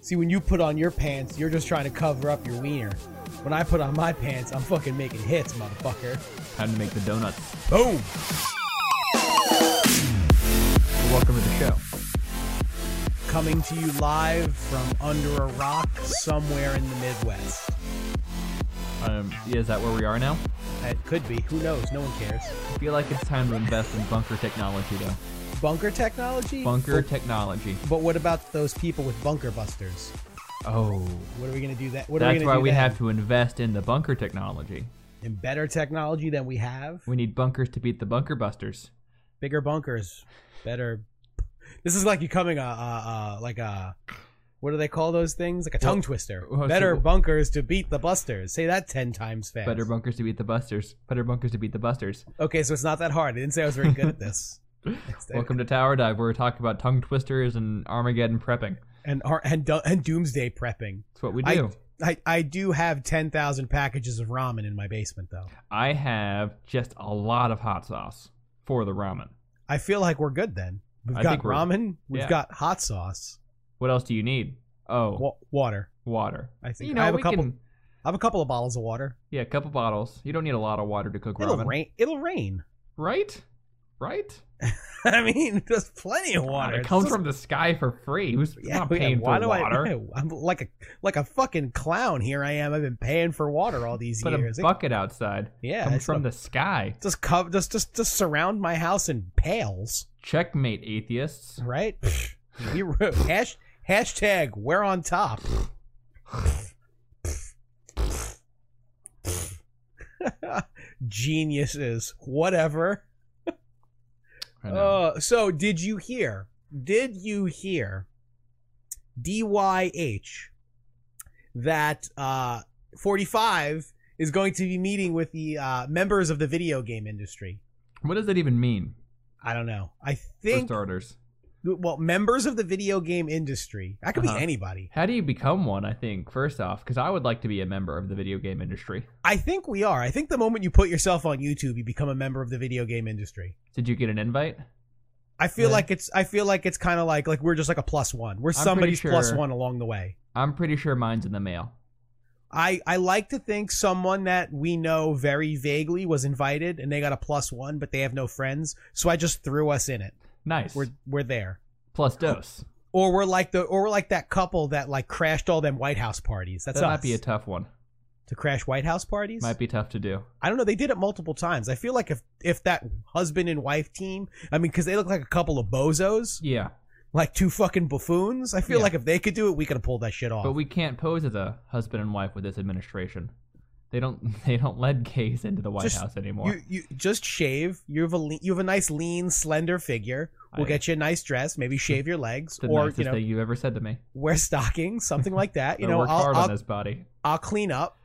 See, when you put on your pants, you're just trying to cover up your wiener. When I put on my pants, I'm fucking making hits, motherfucker. Time to make the donuts. Boom! Welcome to the show. Coming to you live from under a rock somewhere in the Midwest. Um, yeah, is that where we are now? It could be. Who knows? No one cares. I feel like it's time to invest in bunker technology, though. Bunker technology? Bunker But- technology. But what about those people with bunker busters? Oh, What are we gonna do that? What are we that's gonna why do we then? have to invest in the bunker technology. in better technology than we have. We need bunkers to beat the bunker busters. Bigger bunkers, better. This is like becoming a, a, a like a what do they call those things? Like a tongue twister. well, so- better bunkers to beat the busters. Say that ten times fast. Better bunkers to beat the busters. Better bunkers to beat the busters. okay, so it's not that hard. I didn't say I was very good at this. It's- Welcome to Tower Dive, where we talk about tongue twisters and Armageddon prepping. and har- and do- and doomsday prepping. That's what we I- do. I, I do have ten thousand packages of ramen in my basement though. I have just a lot of hot sauce for the ramen. I feel like we're good then. We've I got think we're- ramen. We've yeah. got hot sauce. What else do you need? Oh, Wa- water. water. I think You know, I have a we couple. can- I have a couple of bottles of water. yeah, a couple bottles. You don't need a lot of water to cook It'll ramen, rain. It'll rain. right? Right? I mean, there's plenty of water. It It's comes just- from the sky for free. Who's Yeah, not yeah, paying why for do water? I, am like a like a fucking clown. Here I am. I've been paying for water all these Put years. a bucket outside. yeah, comes it's from the- the sky. just cover, just just just surround my house in pails, Checkmate, atheists. right? we wrote- hash hashtag we're on top. Geniuses, whatever. I know. Uh, so did you hear? Did you hear? DYH that uh 45 is going to be meeting with the uh members of the video game industry. what does that even mean? I don't know. I For think starters, well, members of the video game industry. That could Uh-huh. be anybody. how do you become one? I think first off, because I would like to be a member of the video game industry. I think we are. I think the moment you put yourself on YouTube, you become a member of the video game industry. Did you get an invite? I feel Yeah. like it's I feel like it's kind of like like we're just like a plus one. We're pretty somebody's plus sure- one along the way. I'm pretty sure mine's in the mail. I, I like to think someone that we know very vaguely was invited and they got a plus one, but they have no friends. So I just threw us in it. Nice. We're we're there. Plus dose. Or we're like the or we're like that couple that like crashed all them White House parties. That's that us. might be a tough one. to crash White House parties. Might be tough to do. I don't know. They did it multiple times. I feel like if if that husband and wife team, I mean, because they look like a couple of bozos, Yeah, like two fucking buffoons. I feel Yeah. like if they could do it, we could have pulled that shit off. but we can't pose as a husband and wife with this administration. They don't. They don't let gays into the White Just- House anymore. You you just shave. You have a le- you have a nice lean, slender figure. We'll I- get you a nice dress. Maybe shave your legs, It's the or nicest you know, thing you've ever said to me. wear stockings, something like that. You I know, worked I'll hard on I'll, this body. I'll clean up.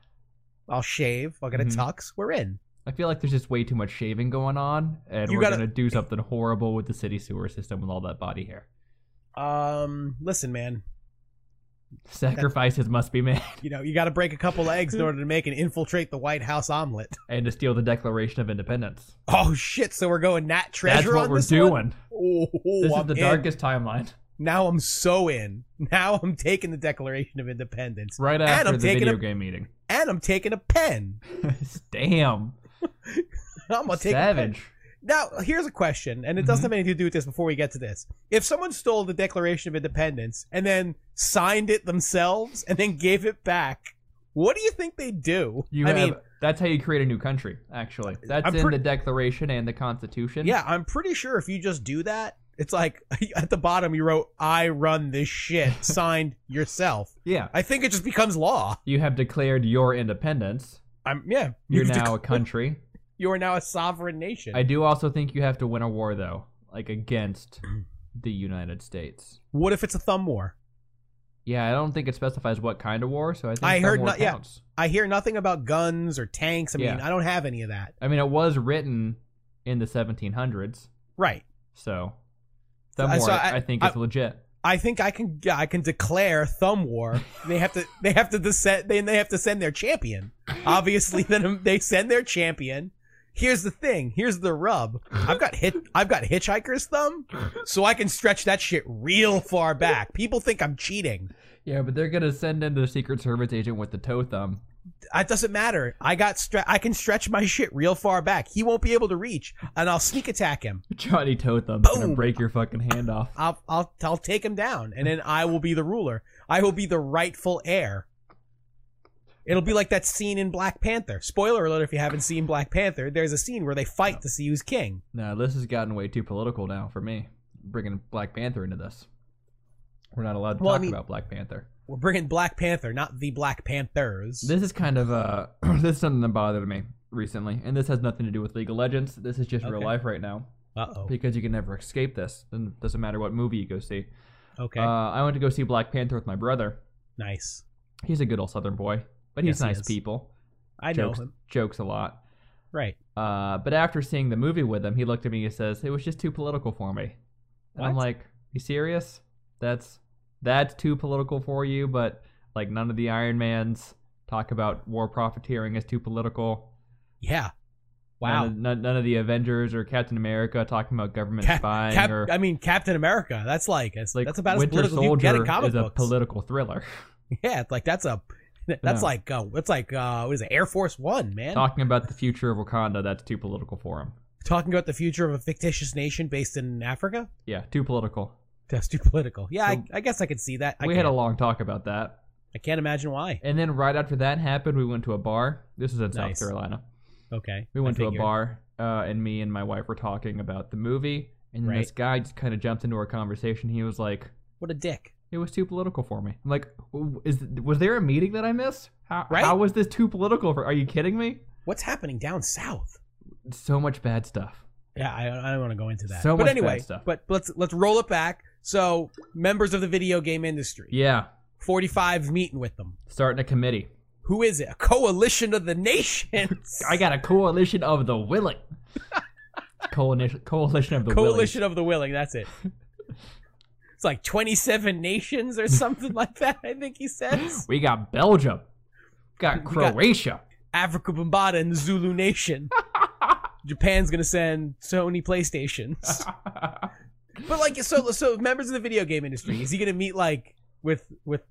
I'll shave. I'll get a Mhm. tux. We're in. I feel like there's just way too much shaving going on, and You we're gotta- gonna do something horrible with the city sewer system with all that body hair. Um, listen, man. Sacrifices must be made, You know, you got to break a couple eggs in order to make and infiltrate the White House omelet. and to steal the Declaration of Independence. Oh shit! So we're going Nat That's Treasure what on we're this doing. one? Oh, This I'm is the in. darkest timeline. Now I'm so in. Now I'm taking the Declaration of Independence, Right And after I'm the taking video a- game meeting. and I'm taking a pen. Damn, I'm gonna take a pen. savage. Now, here's a question, and it doesn't Mhm. have anything to do with this before we get to this. If someone stole the Declaration of Independence and then signed it themselves and then gave it back, what do you think they do? You I have, mean, that's how you create a new country. Actually, that's I'm in pretty- the Declaration and the Constitution. yeah, I'm pretty sure if you just do that, it's like at the bottom you wrote, I run this shit, signed yourself. yeah. I think it just becomes law. You have declared your independence. I'm, yeah. You're You've now a dec- country. You are now a sovereign nation. I do also think you have to win a war though, like against the United States. what if it's a thumb war? Yeah, I don't think it specifies what kind of war, so I think I some heard war not- yeah. counts. I hear nothing about guns or tanks. I mean, Yeah. I don't have any of that. I mean, it was written in the 1700s, Right. so some I- war so I- I, think is legit. I think I can yeah, I can declare thumb war. They have to they have to descend, they they have to send their champion. Obviously, then they send their champion. Here's the thing. Here's the rub. I've got hit I've got hitchhiker's thumb, so I can stretch that shit real far back. People think I'm cheating. Yeah, but they're gonna send in the Secret Service agent with the toe thumb. It doesn't matter. I got stre- I can stretch my shit real far back. He won't be able to reach, and I'll sneak attack him. Johnny Toe Thumb's gonna Boom. break your fucking hand off. I'll I'll I'll take him down, and then I will be the ruler. I will be the rightful heir. It'll be like that scene in Black Panther. Spoiler alert: if you haven't seen Black Panther, there's a scene where they fight to see who's king. No, this has gotten way too political now for me. Bringing Black Panther into this, we're not allowed to Well, I talk mean- about Black Panther. We're bringing Black Panther, not the Black Panthers. This is kind of uh, this is something that bothered me recently, and this has nothing to do with League of Legends. This is just real Okay. life right now uh oh. because you can never escape this. And it doesn't matter what movie you go see. Okay. Uh, I went to go see Black Panther with my brother. nice. He's a good old Southern boy, but he's Yes, he nice is. people. I know jokes, him. jokes a lot. Right. Uh, but after seeing the movie with him, he looked at me and says, "It was just too political for me." And I'm What? like, "You serious? That's that's too political for you." But like, none of the Iron Mans talk about war profiteering is too political. Yeah. Wow. None of, none, none of the Avengers or Captain America talking about government Cap- spying Cap- or I mean, Captain America. That's like that's, like that's about as Winter political as you can Soldier get in comic is a books. political thriller. yeah, it's like that's a that's No. like uh, that's like uh, what is it? Air Force One, man. talking about the future of Wakanda, that's too political for him. Talking about the future of a fictitious nation based in Africa. Yeah, too political. That's too political. Yeah, So- I, I guess I could see that. I, we can't, had a long talk about that. I can't imagine why. And then right after that happened, we went to a bar. This is in Nice. South Carolina. Okay, We I went to a figured. bar, uh, and me and my wife were talking about the movie. And Right. this guy just kind of jumped into our conversation. He was like, What a dick! "It was too political for me." I'm like, "W- "Is was there a meeting that I missed? How, Right. how was this too political for? Are you kidding me? What's happening down south? So much bad stuff. Yeah, I, I don't want to go into that. So but much anyway, bad stuff. but let's let's roll it back. So members of the video game industry, Yeah, forty five meeting with them. starting a committee. Who is it? A coalition of the nations. I got a coalition of the willing. coalition, coalition of the coalition of the willing. That's it. it's like twenty seven nations or something like that. I think he says willing. We got Belgium. Got We got- Croatia. Africa Bambata and the Zulu Nation. Japan's gonna send Sony PlayStations. But like, so so members of the video game industry. Is he gonna meet like with with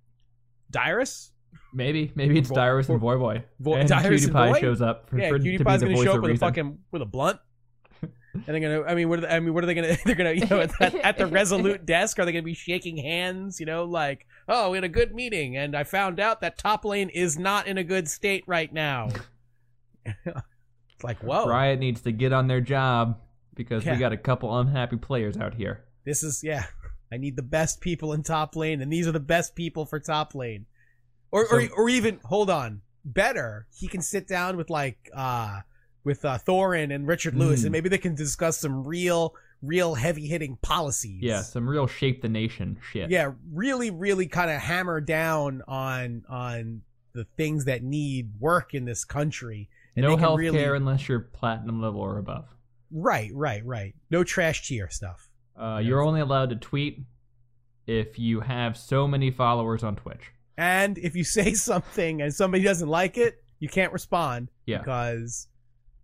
Dyrus? Maybe, maybe it's Vo- Dyrus and Boy Boy. Vo- and Dyrus and PewDiePie Boy? shows up for, Yeah, for- Cutie to be Pie's the gonna voice show of up with a reason. fucking with a blunt. And they're gonna. I mean, what are they, I mean, what are they gonna? They're gonna, you know, at, that, at the Resolute desk, are they gonna be shaking hands? You know, like, oh, we had a good meeting, and I found out that top lane is not in a good state right now. it's like, whoa, Riot needs to get on their job because oh. Yeah. we got a couple unhappy players out here. this is yeah. I need the best people in top lane, and these are the best people for top lane, or or, So- or even hold on, better. He can sit down with like uh with uh, Thorin and Richard Lewis, Mm. and maybe they can discuss some real, real heavy hitting policies. Yeah, some real shape the nation shit. yeah, really, really kind of hammer down on on the things that need work in this country. And no they can health really- care unless you're platinum level or above. Right, right, right. No trash tier stuff. Uh, Yes. You're only allowed to tweet if you have so many followers on Twitch. And if you say something and somebody doesn't like it, you can't respond Yeah. because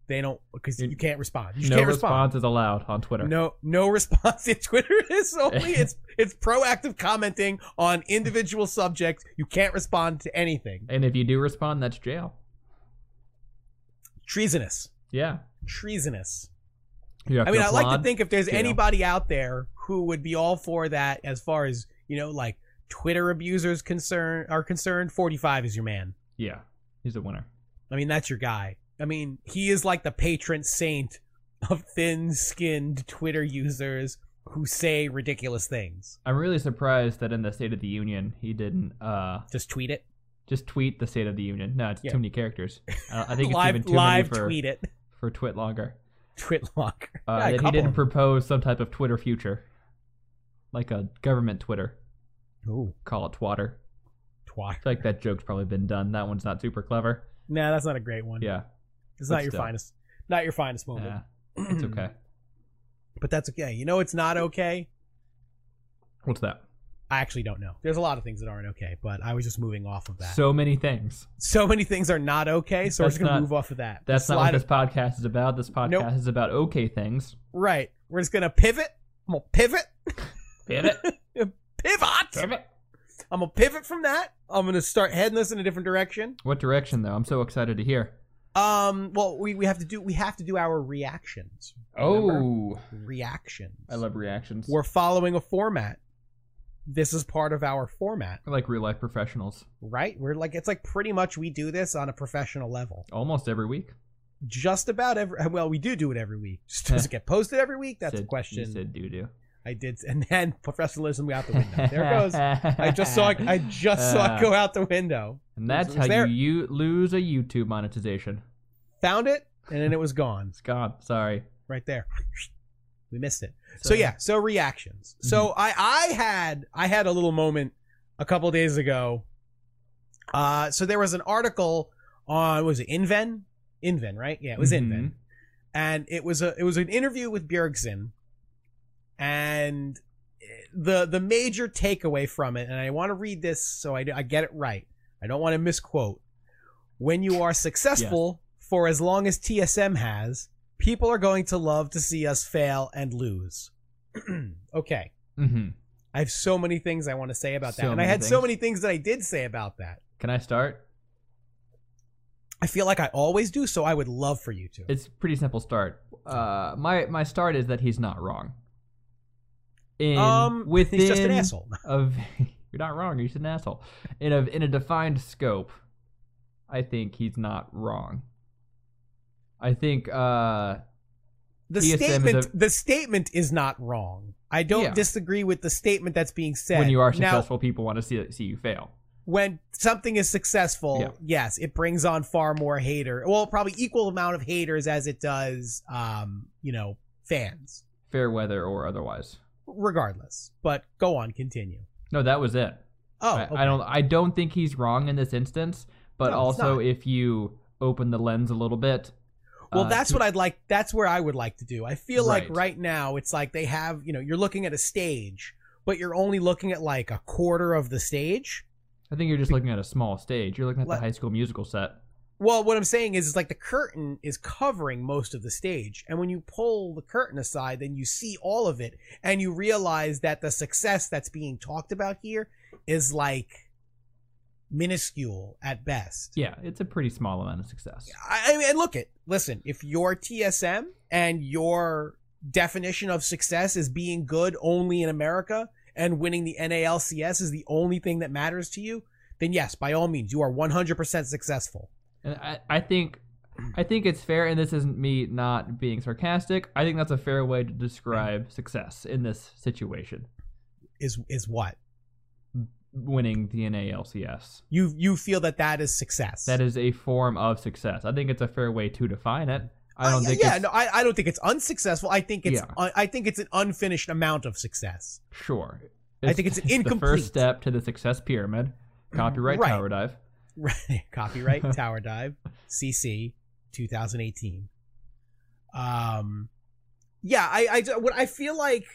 they don't because You- you can't respond. You just no can't respond. response is allowed on Twitter. No, no response. in Twitter is only it's it's proactive commenting on individual subjects. You can't respond to anything. And if you do respond, that's jail. Treasonous, Yeah. treasonous. You have I mean, to I like to applaud. think if there's you know. anybody out there who would be all for that, as far as you know, like Twitter abusers concern are concerned, 45 is your man. Yeah, he's a winner. I mean, that's your guy. I mean, he is like the patron saint of thin-skinned Twitter users who say ridiculous things. I'm really surprised that in the State of the Union he didn't uh, Just tweet it, just tweet the State of the Union. No, it's Yeah. too many characters. Uh, I think it's live, even too live many for tweet it, for Twit longer. twit lock. Uh, Yeah, a that he couple. didn't propose some type of Twitter future, like a government Twitter. Ooh, Call it Twatter. twat. I feel like that joke's probably been done. That one's not super clever. Nah, that's not a great one. Yeah, it's but not your still. finest, not your finest moment. yeah, it's okay. but that's okay. You know, it's not okay. What's that? I actually don't know. There's a lot of things that aren't okay, but I was just moving off of that. So, So many things. many things are not okay, so we're That's just gonna not- move off of that. That's not Slide what this it- podcast is about. This podcast Nope. is about okay things. right. We're just gonna pivot. I'm gonna pivot. Pivot, Pivot. pivot. I'm gonna pivot from that. I'm gonna start heading this in a different direction. What direction though? I'm so excited to hear. Um, well, we, we have to do we have to do our reactions. Remember? Oh, reactions. I love reactions. We're following a format. This is part of our format, We're like real life professionals right? We're like it's like pretty much we do this on a professional level. almost every week. Just about every well, we do do it every week. Just does it get posted every week? That's Said- a You question. said doo doo. I did, and then professionalism out the window. There it goes. I just saw it. I just saw it go out the window. Uh, And that's Is how there- you, you lose a YouTube monetization. Found it, and then it was gone. It's gone. Sorry. Right there. We missed it. So yeah, so reactions. So I I had I had a little moment a couple days ago. Uh, so there was an article on was it Inven? Inven, right? Yeah, it was Inven, Mhm. and it was a it was an interview with Bjergsen, and the the major takeaway from it, and I want to read this so I I get it right. I don't want to misquote. When you are successful for as long as TSM has, people are going to love to see us fail and lose. okay. Mhm. I have so many things I want to say about that. So and I many had so things. many things that I did say about that. Can I start? I feel like I always do, so I would love for you to. It's a pretty simple start. Uh, my my start is that he's not wrong. In within Um, he's just an asshole. Of you're not wrong. You're just an asshole. In a in a defined scope, I think he's not wrong. I think uh, The TSM is statement a- the statement is not wrong. I don't Yeah. disagree with the statement that's being said. when you are Now, successful, people want to see see you fail. when something is successful, Yeah. yes, it brings on far more hater. Well, probably equal amount of haters as it does um, you know, fans. fair weather or otherwise. Regardless. But go on, continue. No, that was it. Oh, I, okay. I don't. I don't think he's wrong in this instance. No, But it's also, not. if you open the lens a little bit, Well, uh, that's to- what I'd like. That's where I would like to do. I feel like Right. right now it's like they have, you know, you're looking at a stage, but you're only looking at like a quarter of the stage. I think you're just looking at a small stage. You're looking at Let- the High School Musical set. Well, what I'm saying is, it's like the curtain is covering most of the stage. And when you pull the curtain aside, then you see all of it and you realize that the success that's being talked about here is like minuscule at best. Yeah, it's a pretty small amount of success. I, I mean, and look it. Listen, if your TSM and your definition of success is being good only in America and winning the NALCS is the only thing that matters to you, then yes, by all means, you are 100% successful. And I, I think, I think it's fair. And this isn't me not being sarcastic. I think that's a fair way to Mm. describe success in this situation. Is is what Winning the NALCS. you you feel that that is success. That is a form of success. I think it's a fair way to define it. I don't Uh, think yeah, it's no, I, I don't think it's unsuccessful. I think it's Yeah. un- I think it's an unfinished amount of success. Sure. I think it's an The incomplete- first step to the success pyramid. Copyright Right. Tower Dive. Right. Copyright Tower Dive CC 2018. Um yeah, I I what I feel like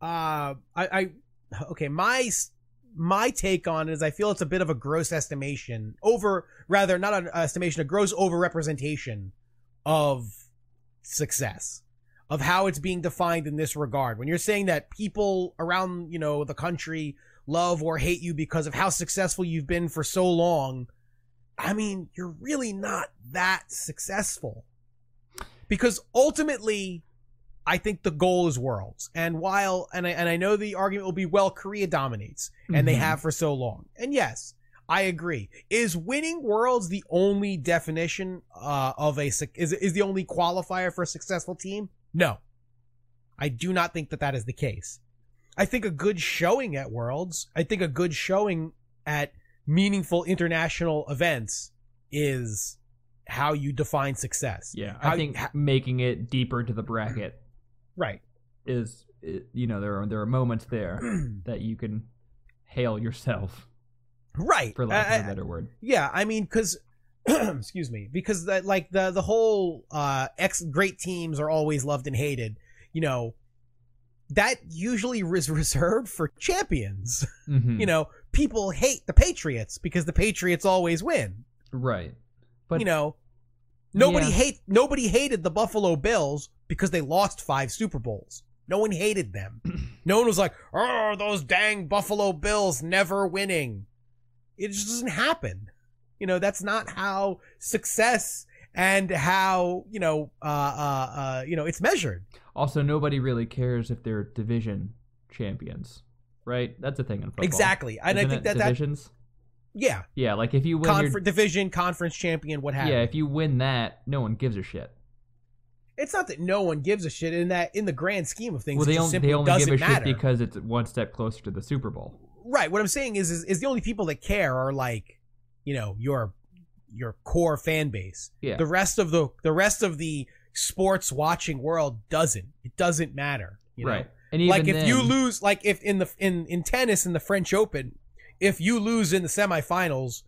uh I I okay, my s- my take on it is I feel it's a bit of a gross estimation over rather not an estimation a gross overrepresentation of success of how it's being defined in this regard. When you're saying that people around, you know, the country love or hate you because of how successful you've been for so long, I mean, you're really not that successful. Because ultimately, I think the goal is worlds. And while and I and I know the argument will be well Korea dominates and they Mhm. have for so long. And yes, I agree. Is winning worlds the only definition uh, of a suc- is is the only qualifier for a successful team? No. I do not think that that is the case. I think a good showing at worlds, I think a good showing at meaningful international events is how you define success. Yeah. How- I think ha- making it deeper into the bracket Right. is, i- you know, there are there are moments there that you can hail yourself right. Uh, for lack of I- a better word. Yeah, I mean, because excuse me, because that like the the whole uh ex great teams are always loved and hated. You know, that usually is reserved for champions. Mhm. You know, people hate the Patriots because the Patriots always win. right. But you know, nobody Yeah. hate nobody hated the Buffalo Bills because they lost five Super Bowls. No one hated them. No one was like, "Oh, those dang Buffalo Bills never winning." It just doesn't happen. You know, that's not how success and how you know, uh, uh, uh, you know, it's measured. Also, nobody really cares if they're division champions, right? That's a thing in football. Exactly, and I Isn't think it? that that divisions. yeah, Yeah, like if you win your- confer- division, conference champion, what have you. yeah, if you win that, no one gives a shit. It's not that no one gives a shit in that in the grand scheme of things. well, it they just only simply they only doesn't give a matter. shit because it's one step closer to the Super Bowl. right what i'm saying is, is is the only people that care are like you know your your core fan base Yeah. the rest of the the rest of the sports watching world doesn't it doesn't matter you know? right. And even like if then, you lose like if in the in in tennis in the french open if you lose in the semifinals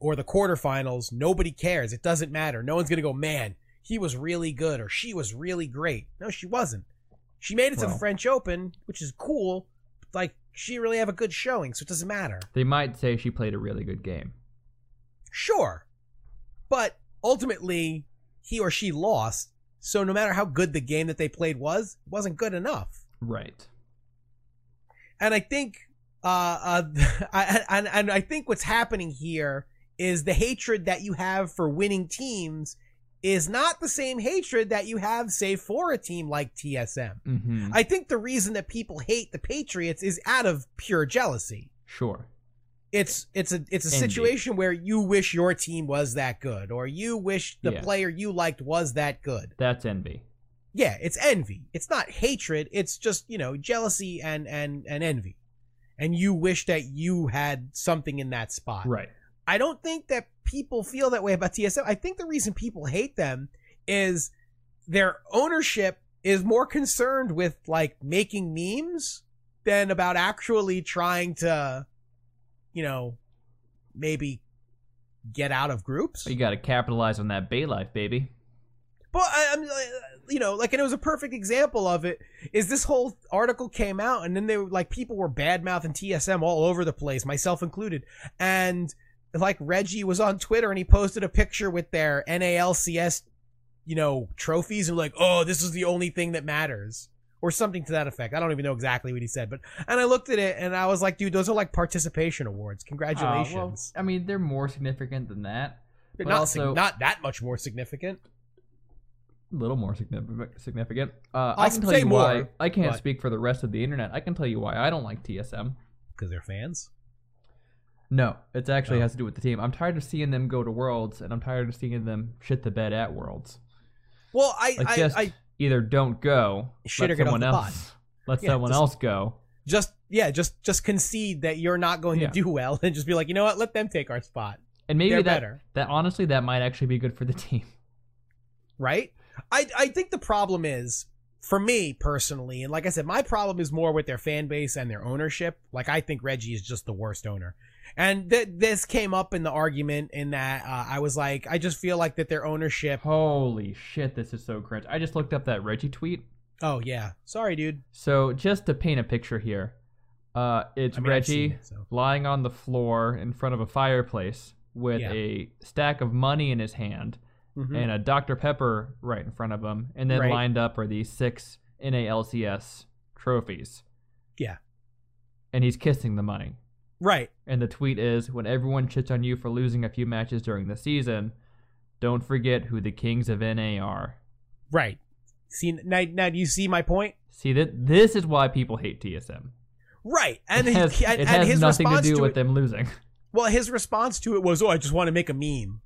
or the quarterfinals nobody cares it doesn't matter no one's gonna go man he was really good or she was really great no she wasn't she made it to Well. the french open which is cool but, like she didn't really have a good showing so it doesn't matter they might say she played a really good game. sure but ultimately he or she lost so no matter how good the game that they played was it wasn't good enough Right. and I think uh, uh I, and and I think what's happening here is the hatred that you have for winning teams is not the same hatred that you have say for a team like TSM. hmm I think the reason that people hate the Patriots is out of pure jealousy. Sure. It's it's a it's a Envy. situation where you wish your team was that good or you wish the Yeah. player you liked was that good. That's envy. Yeah, it's envy. It's not hatred. It's just you know jealousy and and and envy, and you wish that you had something in that spot. Right. I don't think that people feel that way about TSM. I think the reason people hate them is their ownership is more concerned with like making memes than about actually trying to, you know, maybe get out of groups. You got to capitalize on that Bay life, baby. But I, I'm, uh, you know, like, and it was a perfect example of it. Is this whole article came out, and then they were like, people were bad mouthing TSM all over the place, myself included. And like Reggie was on Twitter, and he posted a picture with their NALCS, you know, trophies, and like, oh, this is the only thing that matters, or something to that effect. I don't even know exactly what he said, but and I looked at it, and I was like, dude, those are like participation awards. Congratulations. Uh, well, I mean, they're more significant than that. They're but Ah, not sig- also not that much more significant. a little more significant. Significant. Uh, I I'll can tell say you more, why. I can't but- speak for the rest of the internet. I can tell you why I don't like TSM. Because they're fans. No, it actually Oh. has to do with the team. I'm tired of seeing them go to Worlds, and I'm tired of seeing them shit the bed at Worlds. Well, I, Like I, just I either don't go, Shit let or get off someone the pod. else, let Yeah, someone just- else go. just yeah, just just concede that you're not going Yeah. to do well, and just be like, you know what, let them take our spot. And maybe They're that better. that honestly that might actually be good for the team. right? I I think the problem is for me personally, and like I said, my problem is more with their fan base and their ownership. Like I think Reggie is just the worst owner. And th- this came up in the argument in that uh, I was like, I just feel like that their ownership. Holy shit, this is so cringe. I just looked up that Reggie tweet. Oh yeah, sorry, dude. So just to paint a picture here, uh, it's I mean, I've seen Reggie it, so. lying on the floor in front of a fireplace with Yeah. a stack of money in his hand Mhm. and a Dr Pepper right in front of him, and then Right. lined up are these six NALCS trophies. Yeah. and he's kissing the money. right, And the tweet is when everyone shits on you for losing a few matches during the season, don't forget who the kings of NA are. right. See now, now do you see my point? See that this is why people hate TSM. Right, and it has, his, and, and it has his nothing to response do to with it, them losing. well, his response to it was, "Oh, I just want to make a meme."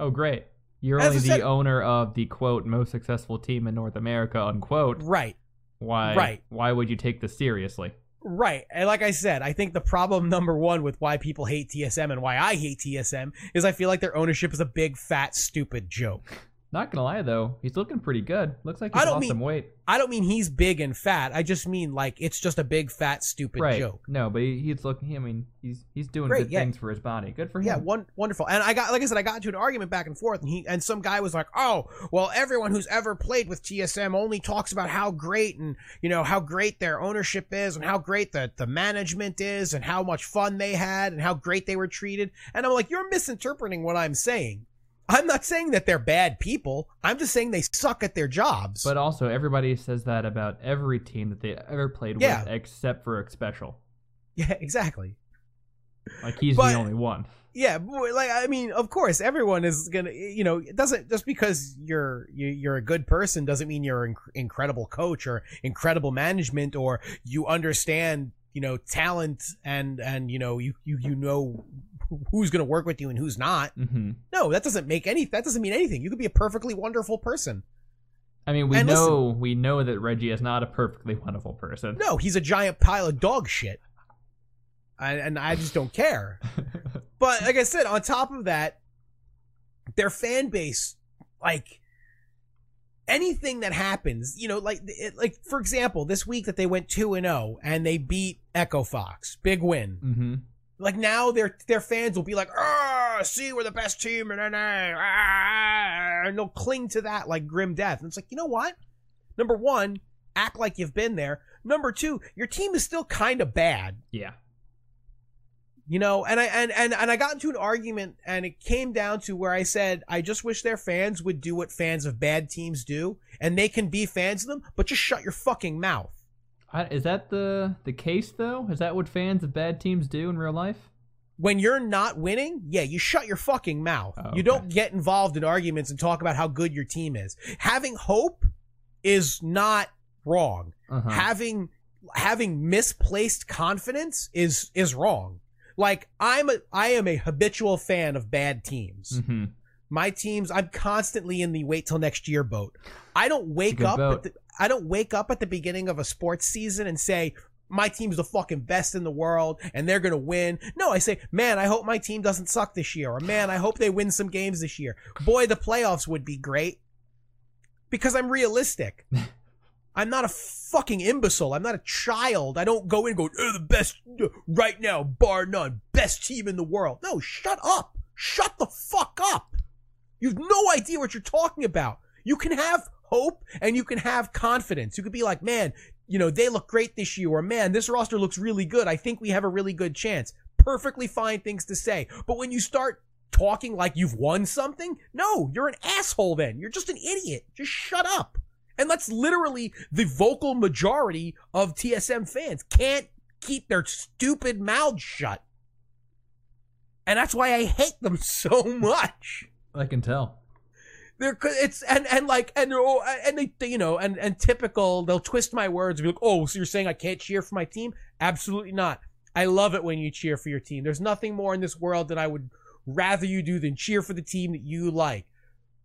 Oh great. You're As only I the said- owner of the quote most successful team in North America unquote. Right. Why Right. why would you take this seriously? Right. And like I said, I think the problem number one with why people hate TSM and why I hate TSM is I feel like their ownership is a big, fat, stupid joke. Not gonna lie though, he's looking pretty good. Looks like I he's don't lost mean some weight. I don't mean he's big and fat. I just mean like it's just a big, fat, stupid Right. joke. No, but he, he's looking I mean he's he's doing Great, good yeah. things for his body. Good for him. Yeah, one, wonderful. And I got, like I said, I got into an argument back and forth, and he and some guy was like, "Oh, well, everyone who's ever played with TSM only talks about how great and you know how great their ownership is, and how great the the management is, and how much fun they had, and how great they were treated." And I'm like, "You're misinterpreting what I'm saying. I'm not saying that they're bad people. I'm just saying they suck at their jobs. But also, everybody says that about every team that they ever played Yeah. with, except for Special. yeah, exactly. Like he's But- the only one. Yeah, boy, like I mean, of course, everyone is gonna, you know, it doesn't just because you're you, you're a good person doesn't mean you're an inc- incredible coach or incredible management or you understand, you know, talent and and you know you you you know who's gonna work with you and who's not. hmm No, that doesn't make any that doesn't mean anything. You could be a perfectly wonderful person. I mean, we And listen- know we know that Reggie is not a perfectly wonderful person. No, he's a giant pile of dog shit. And, and I just don't care. but like I said, on top of that, their fan base, like anything that happens, you know, like it, like for example, this week that they went two and zero and they beat Echo Fox, big win. hmm Like now their their fans will be like, "Ah, see, we're the best team," and and they'll cling to that like grim death. And it's like, you know what? Number one, act like you've been there. Number two, your team is still kind of bad, Yeah. you know. And I and and and I got into an argument, and it came down to where I said, I just wish their fans would do what fans of bad teams do, and they can be fans of them, but just shut your fucking mouth. I, is that the the case though? Is that what fans of bad teams do in real life? when you're not winning, yeah, you shut your fucking mouth. Oh, You don't get involved in arguments and talk about how good your team is. Having hope is not wrong. Uh-huh. Having having misplaced confidence is is wrong. Like I'm a I am a habitual fan of bad teams. hmm My teams, I'm constantly in the wait till next year boat. I don't wake good up. boat. At the, I don't wake up at the beginning of a sports season and say my team's the fucking best in the world and they're gonna win. No, I say, man, I hope my team doesn't suck this year, or man, I hope they win some games this year. Boy, the playoffs would be great because I'm realistic. I'm not a fucking imbecile. I'm not a child. I don't go in and go, "Oh, the best uh, right now, bar none, best team in the world. No, shut up. Shut the fuck up. You've no idea what you're talking about. You can have hope and you can have confidence. You could be like, man, you know, they look great this year, or man, this roster looks really good. I think we have a really good chance. Perfectly fine things to say. But when you start talking like you've won something, no, you're an asshole then. You're just an idiot. Just shut up. And that's literally the vocal majority of TSM fans can't keep their stupid mouths shut. And that's why I hate them so much. I can tell. They're c- it's and and like and they're all- and they they, you know and and typical they'll twist my words and be like oh so you're saying I can't cheer for my team absolutely not I love it when you cheer for your team there's nothing more in this world that I would rather you do than cheer for the team that you like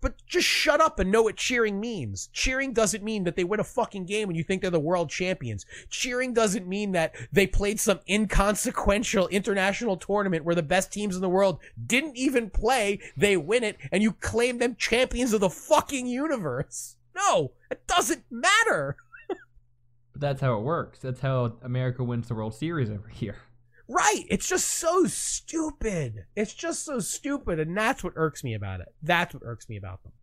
but just shut up and know what cheering means cheering doesn't mean that they win a fucking game and you think they're the world champions cheering doesn't mean that they played some inconsequential international tournament where the best teams in the world didn't even play, they win it, and you claim them champions of the fucking universe. No, it doesn't matter. But that's how it works. That's how America wins the World Series every year. Right. It's just so stupid. It's just so stupid. And that's what irks me about it. That's what irks me about them.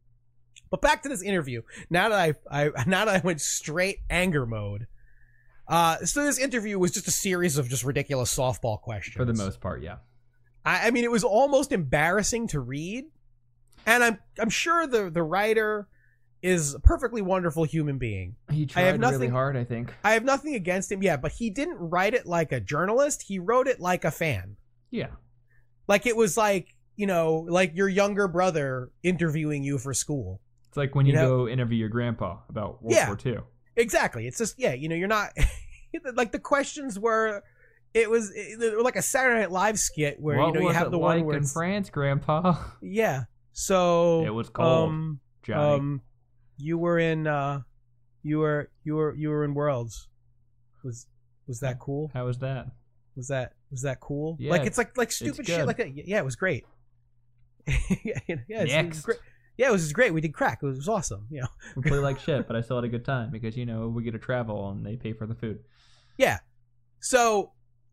But back to this interview. Now that I, I now that I went straight anger mode. Uh, so this interview was just a series of just ridiculous softball questions. For the most part, yeah. I, I mean, it was almost embarrassing to read, and I'm I'm sure the the writer is a perfectly wonderful human being. He I tried have really nothing- hard, I think. I have nothing against him, yeah, but he didn't write it like a journalist. He wrote it like a fan, Yeah. like it was like you know, like your younger brother interviewing you for school. It's like when you, You know- go interview your grandpa about World Yeah. War II. Exactly. It's just yeah, you know, you're not like the questions were. It was it, like a Saturday Night Live skit where what you know you was have it the like one where in it's- France, Grandpa? yeah. So It was cold, Um, Johnny. Um, you were in uh, you were you were you were in Worlds. Was was that cool? how was that? Was that was that cool? Yeah, like it's like like stupid shit good. like that. Yeah, it was great. yeah, it's- it was Next. great. Yeah, it was great. We did crack. It was, it was awesome. You know. We play like shit, but I still had a good time because you know we get to travel and they pay for the food. So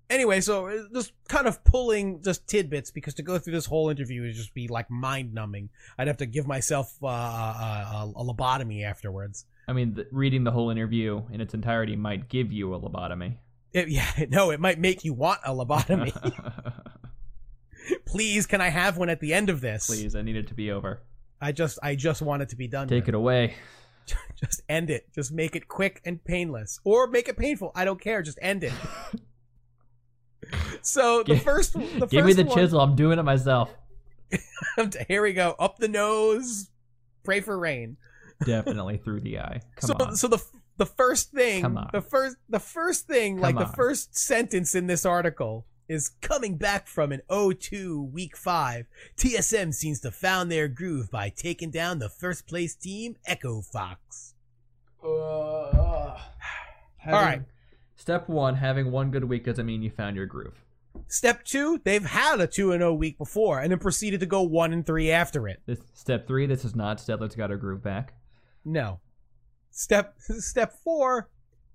anyway, so uh, just kind of pulling just tidbits because to go through this whole interview would just be like mind numbing. I'd have to give myself uh, a, a, a lobotomy afterwards. I mean, the, reading the whole interview in its entirety might give you a lobotomy. It, yeah, no, it might make you want a lobotomy. Please, can I have one at the end of this? Please, I need it to be over. I just, I just want it to be done. Take it away. Just end it. Just make it quick and painless, or make it painful. I don't care. Just end it. so the Give- first, the Give me first the one- chisel. I'm doing it myself. Here we go. Up the nose. Pray for rain. Definitely through the eye. Come so, on. so the the first thing, Come on. the first the first thing, Come like the on. first sentence in this article is coming back from an 0-2 week 5. TSM seems to found their groove by taking down the first place team Echo Fox. Having- uh, All right. Step one: having one good week doesn't mean you found your groove. Step 2, they've had a 2 and 0 week before and then proceeded to go 1 and 3 after it. This step three. This is not Stedler's got her groove back. No. Step step 4,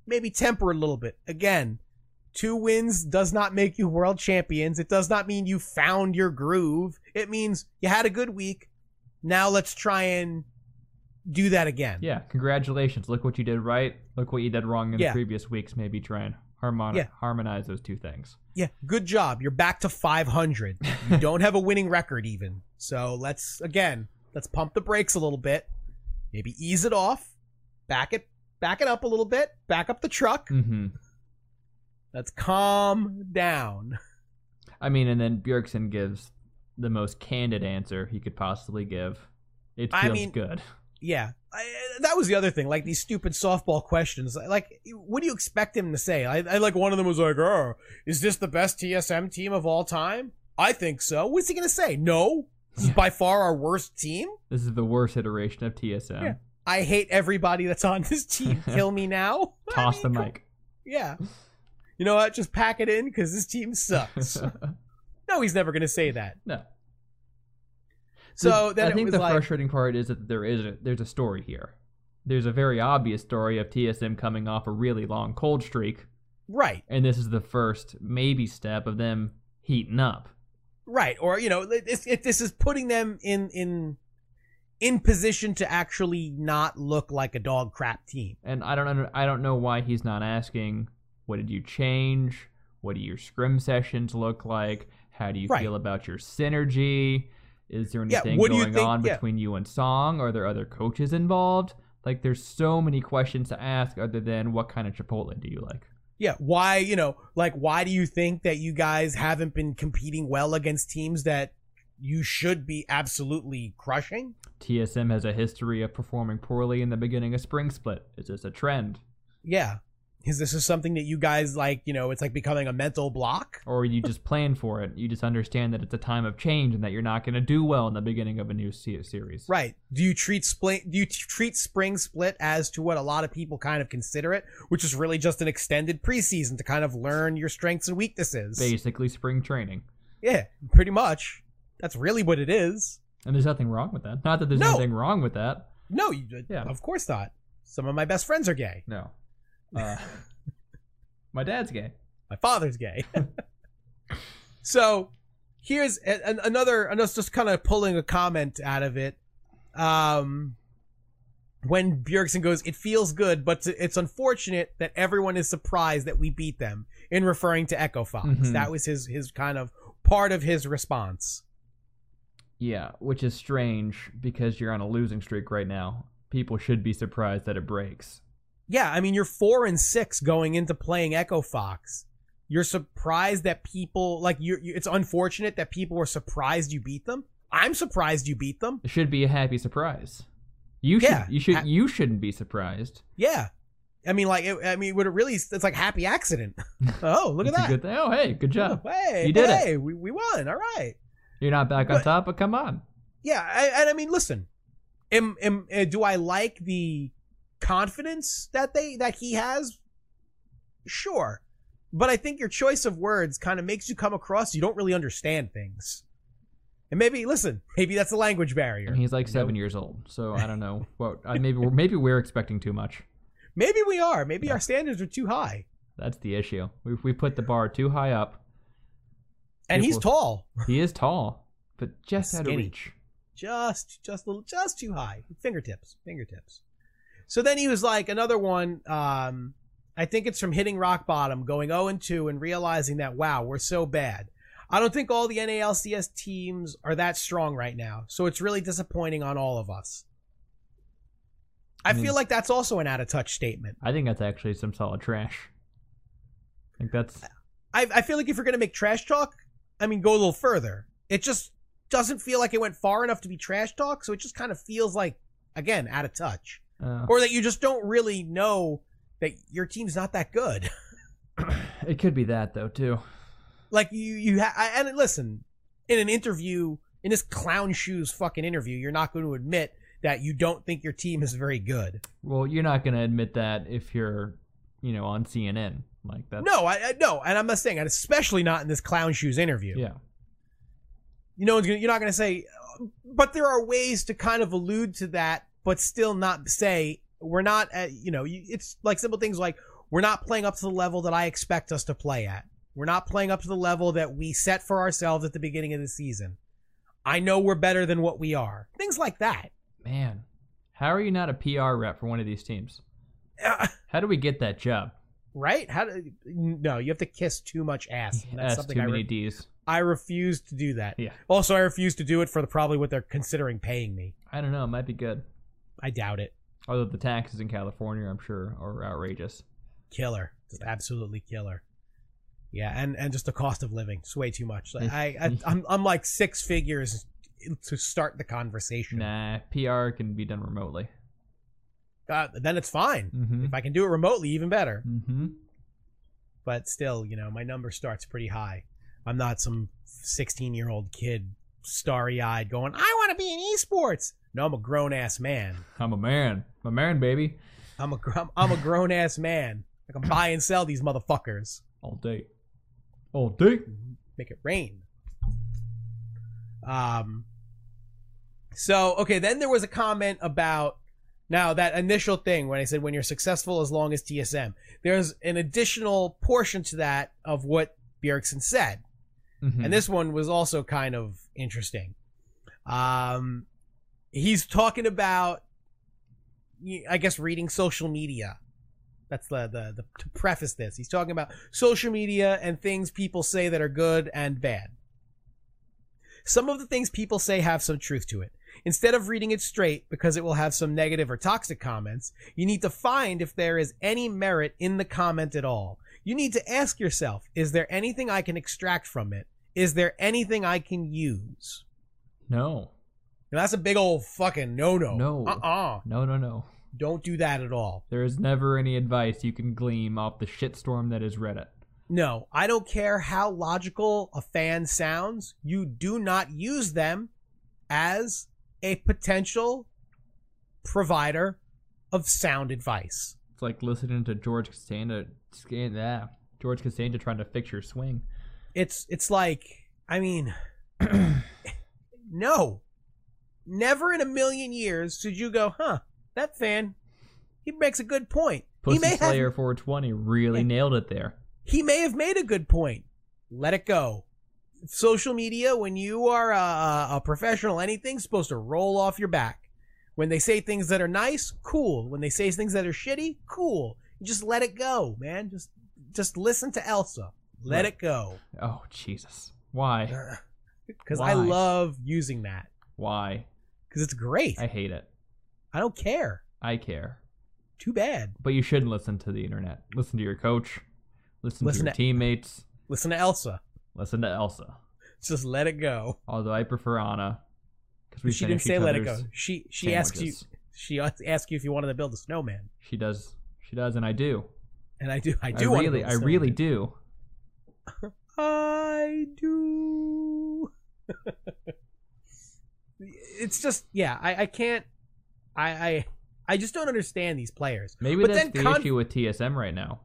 maybe temper a little bit. Again, two wins does not make you world champions. It does not mean you found your groove. It means you had a good week. Now let's try and do that again. Yeah. Congratulations. Look what you did right. Look what you did wrong in Yeah. the previous weeks. Maybe try and harmon- Yeah. harmonize those two things. Yeah, good job. You're back to 500. You don't have a winning record even. So let's again, let's pump the brakes a little bit. Maybe ease it off. Back it back it up a little bit. Back up the truck. Mm-hmm. Let's calm down. I mean, and then Bjergsen gives the most candid answer he could possibly give. It I feels mean- good. Yeah, I, that was the other thing. Like these stupid softball questions. Like, what do you expect him to say? I, I like one of them was like, "Oh, is this the best TSM team of all time?" I think so. What's he gonna say? No, this is by far our worst team. This is the worst iteration of TSM. Yeah. I hate everybody that's on this team. Kill me now. I Toss the mean, mic. Yeah. You know what? Just pack it in because this team sucks. no, he's never gonna say that. no. So The- then I think it was the like, frustrating part is that there is a, there's a story here. There's a very obvious story of TSM coming off a really long cold streak, right. and this is the first maybe step of them heating up. right or you know it's, it, this is putting them in in in position to actually not look like a dog crap team And I don't under, I don't know why he's not asking what did you change? What do your scrim sessions look like? How do you Right. feel about your synergy? Is there Yeah, anything what do you going think- on yeah. between you and Song? Are there other coaches involved? Like there's so many questions to ask other than what kind of Chipotle do you like? yeah why you know like why do you think that you guys haven't been competing well against teams that you should be absolutely crushing TSM has a history of performing poorly in the beginning of spring split. Is this a trend? yeah because this is something that you guys like you know it's like becoming a mental block Or you just plan for it? You just understand that it's a time of change and that you're not going to do well in the beginning of a new se- series. right do you treat split do you t- treat spring split as to what a lot of people kind of consider it which is really just an extended preseason to kind of learn your strengths and weaknesses Basically, spring training. Yeah, pretty much. That's really what it is. And there's nothing wrong with that. Not that there's No. anything wrong with that. No, you, uh, Yeah. of course not. Some of my best friends are gay. No. Uh, my dad's gay. My father's gay. so here's a- an, another, and us just kind of pulling a comment out of it. Um, when Bjergsen goes, it feels good, but it's unfortunate that everyone is surprised that we beat them. In referring to Echo Fox, Mhm. that was his his kind of part of his response. Yeah, which is strange because you're on a losing streak right now. People should be surprised that it breaks. Yeah, I mean you're four and six going into playing Echo Fox. You're surprised that people like you. you- It's unfortunate that people were surprised you beat them. I'm surprised you beat them. It should be a happy surprise. You should. Yeah. You should. Ha- you shouldn't be surprised. Yeah, I mean like it, I mean would it really? It's like happy accident. oh look at It's a that! good thing. Oh, hey, good job. Oh, hey, You did it. hey, We we won. All right. You're not back on But- top, but come on. Yeah, I, and I mean listen, am, am, uh, do I like the confidence that they that he has sure but i think your choice of words kind of makes you come across you don't really understand things and maybe listen maybe that's a language barrier And he's like seven years old, so I don't know. What I, maybe we're, maybe we're expecting too much. maybe we are maybe our standards are too high That's the issue. We we put the bar too high up. and he's People- tall He is tall, but just out of Skinny. reach. just just a little just too high fingertips fingertips so then he was like another one um oh i think it's from hitting rock bottom going 0 and 2 and realizing that wow we're so bad I don't think all the NALCS teams are that strong right now, so it's really disappointing on all of us. I Mm. feel like that's also an out of touch statement. I think that's actually some solid trash. I think that's I, I feel like if you're going to make trash talk, I mean, go a little further. It just doesn't feel like it went far enough to be trash talk, so it just kind of feels like, again, out of touch. uh, Or that you just don't really know that your team's not that good. it could be that though too. like you you ha- I- and listen in an interview in this clown shoes fucking interview you're not going to admit that you don't think your team is very good Well, you're not going to admit that if you're, you know, on CNN. Like that's no i, I no and i'm not saying that especially not in this clown shoes interview Yeah. you know you're not going to say uh, but there are ways to kind of allude to that but still not say we're not at, you know you- it's like simple things like we're not playing up to the level that i expect us to play at we're not playing up to the level that we set for ourselves at the beginning of the season i know we're better than what we are things like that Man, how are you not a PR rep for one of these teams? Uh, How do we get that job? right? How do no? You have to kiss too much ass. That's That's something too I, many re- D's. I refuse to do that. Yeah. Also, I refuse to do it for the probably what they're considering paying me. I don't know. It might be good. I doubt it. Although the taxes in California, I'm sure, are outrageous. Killer, just absolutely killer. Yeah, and and just the cost of living, it's way too much. Like, I, I I'm I'm like six figures to start the conversation. Nah, PR can be done remotely. Uh, then it's fine. Mm-hmm. If I can do it remotely, even better. Mm-hmm. But still, you know, my number starts pretty high. I'm not some 16 year old kid, starry eyed, going, I want to be in esports. No, I'm a grown ass man. I'm a man. I'm a man, baby. I'm a gr- I'm, I'm a grown ass man. I can buy and sell these motherfuckers. All day. All day. Make it rain. Um. So okay, then there was a comment about now that initial thing when I said when you're successful as long as TSM. There's an additional portion to that of what Bjergsen said. Mhm. And this one was also kind of interesting. Um, he's talking about, y- I guess, reading social media. That's the, the, the, to preface this, he's talking about social media and things people say that are good and bad. Some of the things people say have some truth to it. Instead of reading it straight because it will have some negative or toxic comments, you need to find if there is any merit in the comment at all. You need to ask yourself, is there anything I can extract from it? Is there anything I can use? No. Now, that's a big old fucking no-no. No. Uh-uh. No, no, no. Don't do that at all. There is never any advice you can glean off the shitstorm that is Reddit. No, I don't care how logical a fan sounds. You do not use them as a potential provider of sound advice. It's like listening to George Costanza, scan that George Costanza trying to fix your swing. It's it's like I mean, no, never in a million years should you go, huh? That fan, he makes a good point. Pussy he may have Slayer 420 really nailed it there. he may have made a good point. Let it go. Social media, when you are a, a professional, anything's supposed to roll off your back. When they say things that are nice, cool. When they say things that are shitty, cool. You just let it go, man. Just just listen to Elsa. Let Right. it go. Oh Jesus! Why? Because I Why? love using that. Why? Because it's great. I I, hate it. don't care. I care. Too bad. But you shouldn't listen to the internet. Listen to your coach. Listen, Listen to your to- teammates. Listen to Elsa. Listen to Elsa. Just let it go. Although I prefer Anna because we she didn't say finish each let it go. other's She she asks you sandwiches. she asks you if you wanted to build a snowman. She does. She does, and I do. And I do, I do. want really, to I really do. I do. it's just, yeah, I, I can't, I, I, I just don't understand these players. Maybe But that's then the con- issue with TSM right now.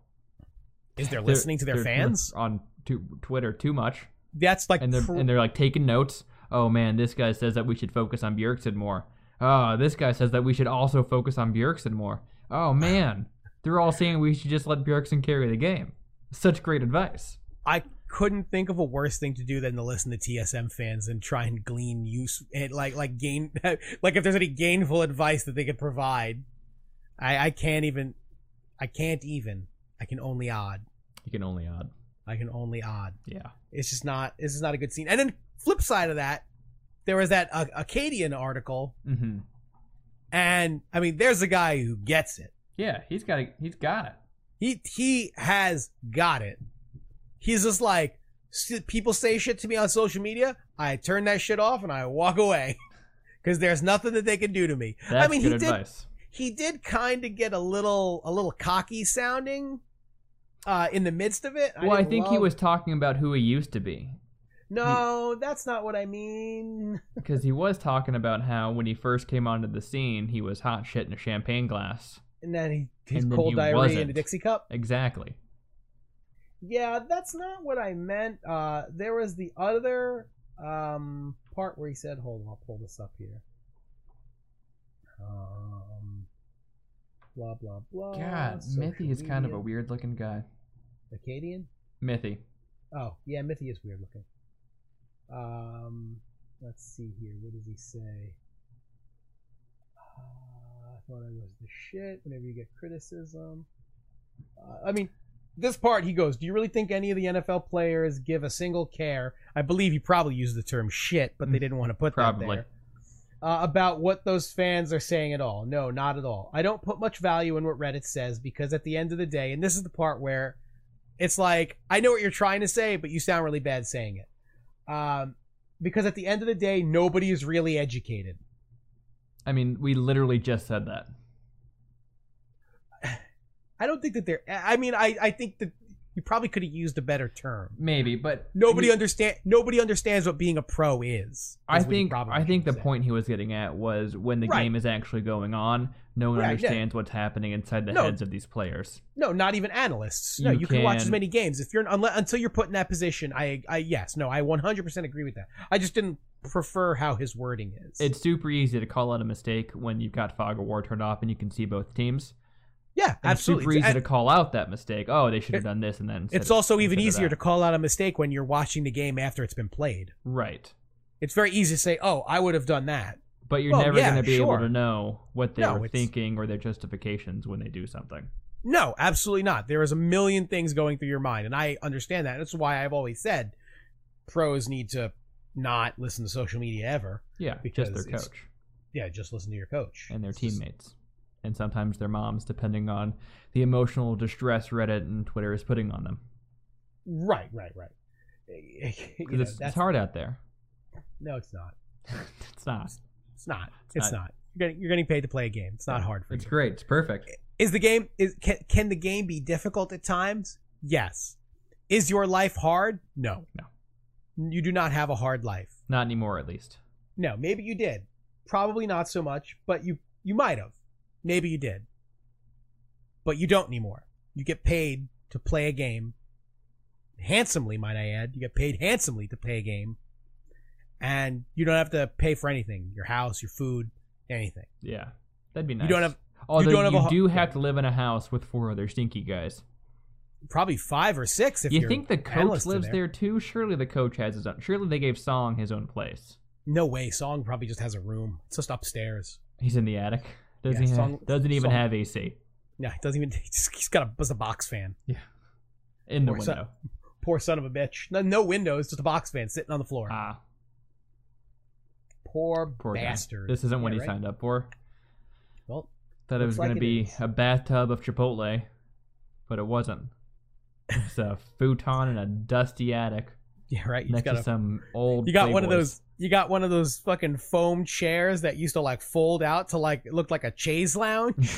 Is they're They're- listening to their they're fans? on tu- Twitter too much, That's like, and they're cr- and they're like taking notes. Oh man, this guy says that we should focus on Bjergsen more. Oh, this guy says that we should also focus on Bjergsen more. Oh man, they're all saying we should just let Bjergsen carry the game. Such great advice. I couldn't think of a worse thing to do than to listen to TSM fans and try and glean use and like like gain like if there's any gainful advice that they could provide. I I can't even, I can't even. I can only odd. You can only odd. like an only odd. Yeah. It's just not. It's just not a good scene. And then flip side of that, there was that uh, Acadian article, Mm-hmm. and I mean, there's a guy who gets it. Yeah, he's got it. He's got it. He he has got it. He's just like s- people say shit to me on social media. I turn that shit off and I walk away because there's nothing that they can do to me. That's I mean, good he did advice. he did kind of get a little a little cocky sounding uh, in the midst of it. well, I didn't think he love- was talking about who he used to be. No, that's not what I mean. Because he was talking about how when he first came onto the scene, he was hot shit in a champagne glass. And then he he's And then cold he diarrhea in wasn't. a Dixie cup. Exactly. Yeah, that's not what I meant. Uh, there was the other um, part where he said, "Hold on, I'll pull this up here." Um, blah blah blah. God, social Mithy is kind of a media. weird looking guy. Acadian. Mithy. Oh, yeah, Mithy is weird looking. Um, let's see here. What does he say? Uh, I thought I was the shit. Whenever you get criticism, uh, I mean, this part he goes. Do you really think any of the NFL players give a single care? I believe he probably used the term shit, but they didn't want to put that Probably. there. Uh, about what those fans are saying at all. No, not at all. I don't put much value in what Reddit says because at the end of the day, and this is the part where it's like I know what you're trying to say, but you sound really bad saying it. Um, because at the end of the day, nobody is really educated. I mean, we literally just said that. I don't think that they're. I mean, I I think that you probably could have used a better term. Maybe, but Nobody he- understand. Nobody understands what being a pro is. is I what you think probably I think the should say. point he was getting at was when the Right. game is actually going on, no one Right, yeah. understands what's happening inside the No. heads of these players. No, not even analysts. No, you, You can, watch as can- many games if you're unle- until you're put in that position. I I yes, no, I 100% agree with that. I just didn't prefer how his wording is. It's super easy to call out a mistake when you've got fog of war turned off and you can see both teams. yeah, And It's absolutely. super easy And- to call out that mistake. Oh, they should have It- done this and then. It's instead of- also even instead of easier to that. call out a mistake when you're watching the game after it's been played. right, It's very easy to say, "Oh, I would have done that." but you're Well, never yeah, going to be sure. able to know what they No, were it's- thinking or their justifications when they do something. No, absolutely not. There is a million things going through your mind, and I understand that. That's why I've always said pros need to not listen to social media ever. Yeah, Because just their it's- coach Yeah, just listen to your coach and their It's just- teammates, and sometimes their moms, depending on the emotional distress Reddit and Twitter is putting on them. Right, right, right. You know, Because it's, that's- it's hard out there. No, it's not. It's not. It's not. It's, It's not. You're getting you're getting paid to play a game. It's not Yeah. hard for It's you. great. It's perfect. Is the game is can, can the game be difficult at times? Yes. Is your life hard? No. No. You do not have a hard life. Not anymore, at least. No, maybe you did. Probably not so much, but you you might have. Maybe you did. But you don't anymore. You get paid to play a game. Handsomely, might I add. You get paid handsomely to play a game. And you don't have to pay for anything. Your house, your food, anything. Yeah, that'd be nice. don't have- Although you, don't have a ho- do have to live in a house with four other stinky guys. Probably five or six if you your think the coach analysts are lives there. too? Surely the coach has his own. Surely they gave Song his own place. No way. Song probably just has a room. It's just upstairs. He's in the attic. Does Yeah, he have, Song- doesn't even Song- have AC Yeah, he doesn't even. He's he's got a, just a box fan. in the Or so- window. Poor son of a bitch. No, no windows, just a box fan sitting on the floor. Ah, poor, poor guy. bastard. This isn't what Yeah, he right? signed up for. Well, Thought it looks was going like it to be is. a bathtub of Chipotle, but it wasn't. It's a futon in a dusty attic Yeah, right. You next got to some old. you got one of Playboys. those. You got one of those fucking foam chairs that used to like fold out to like it looked like a chaise lounge.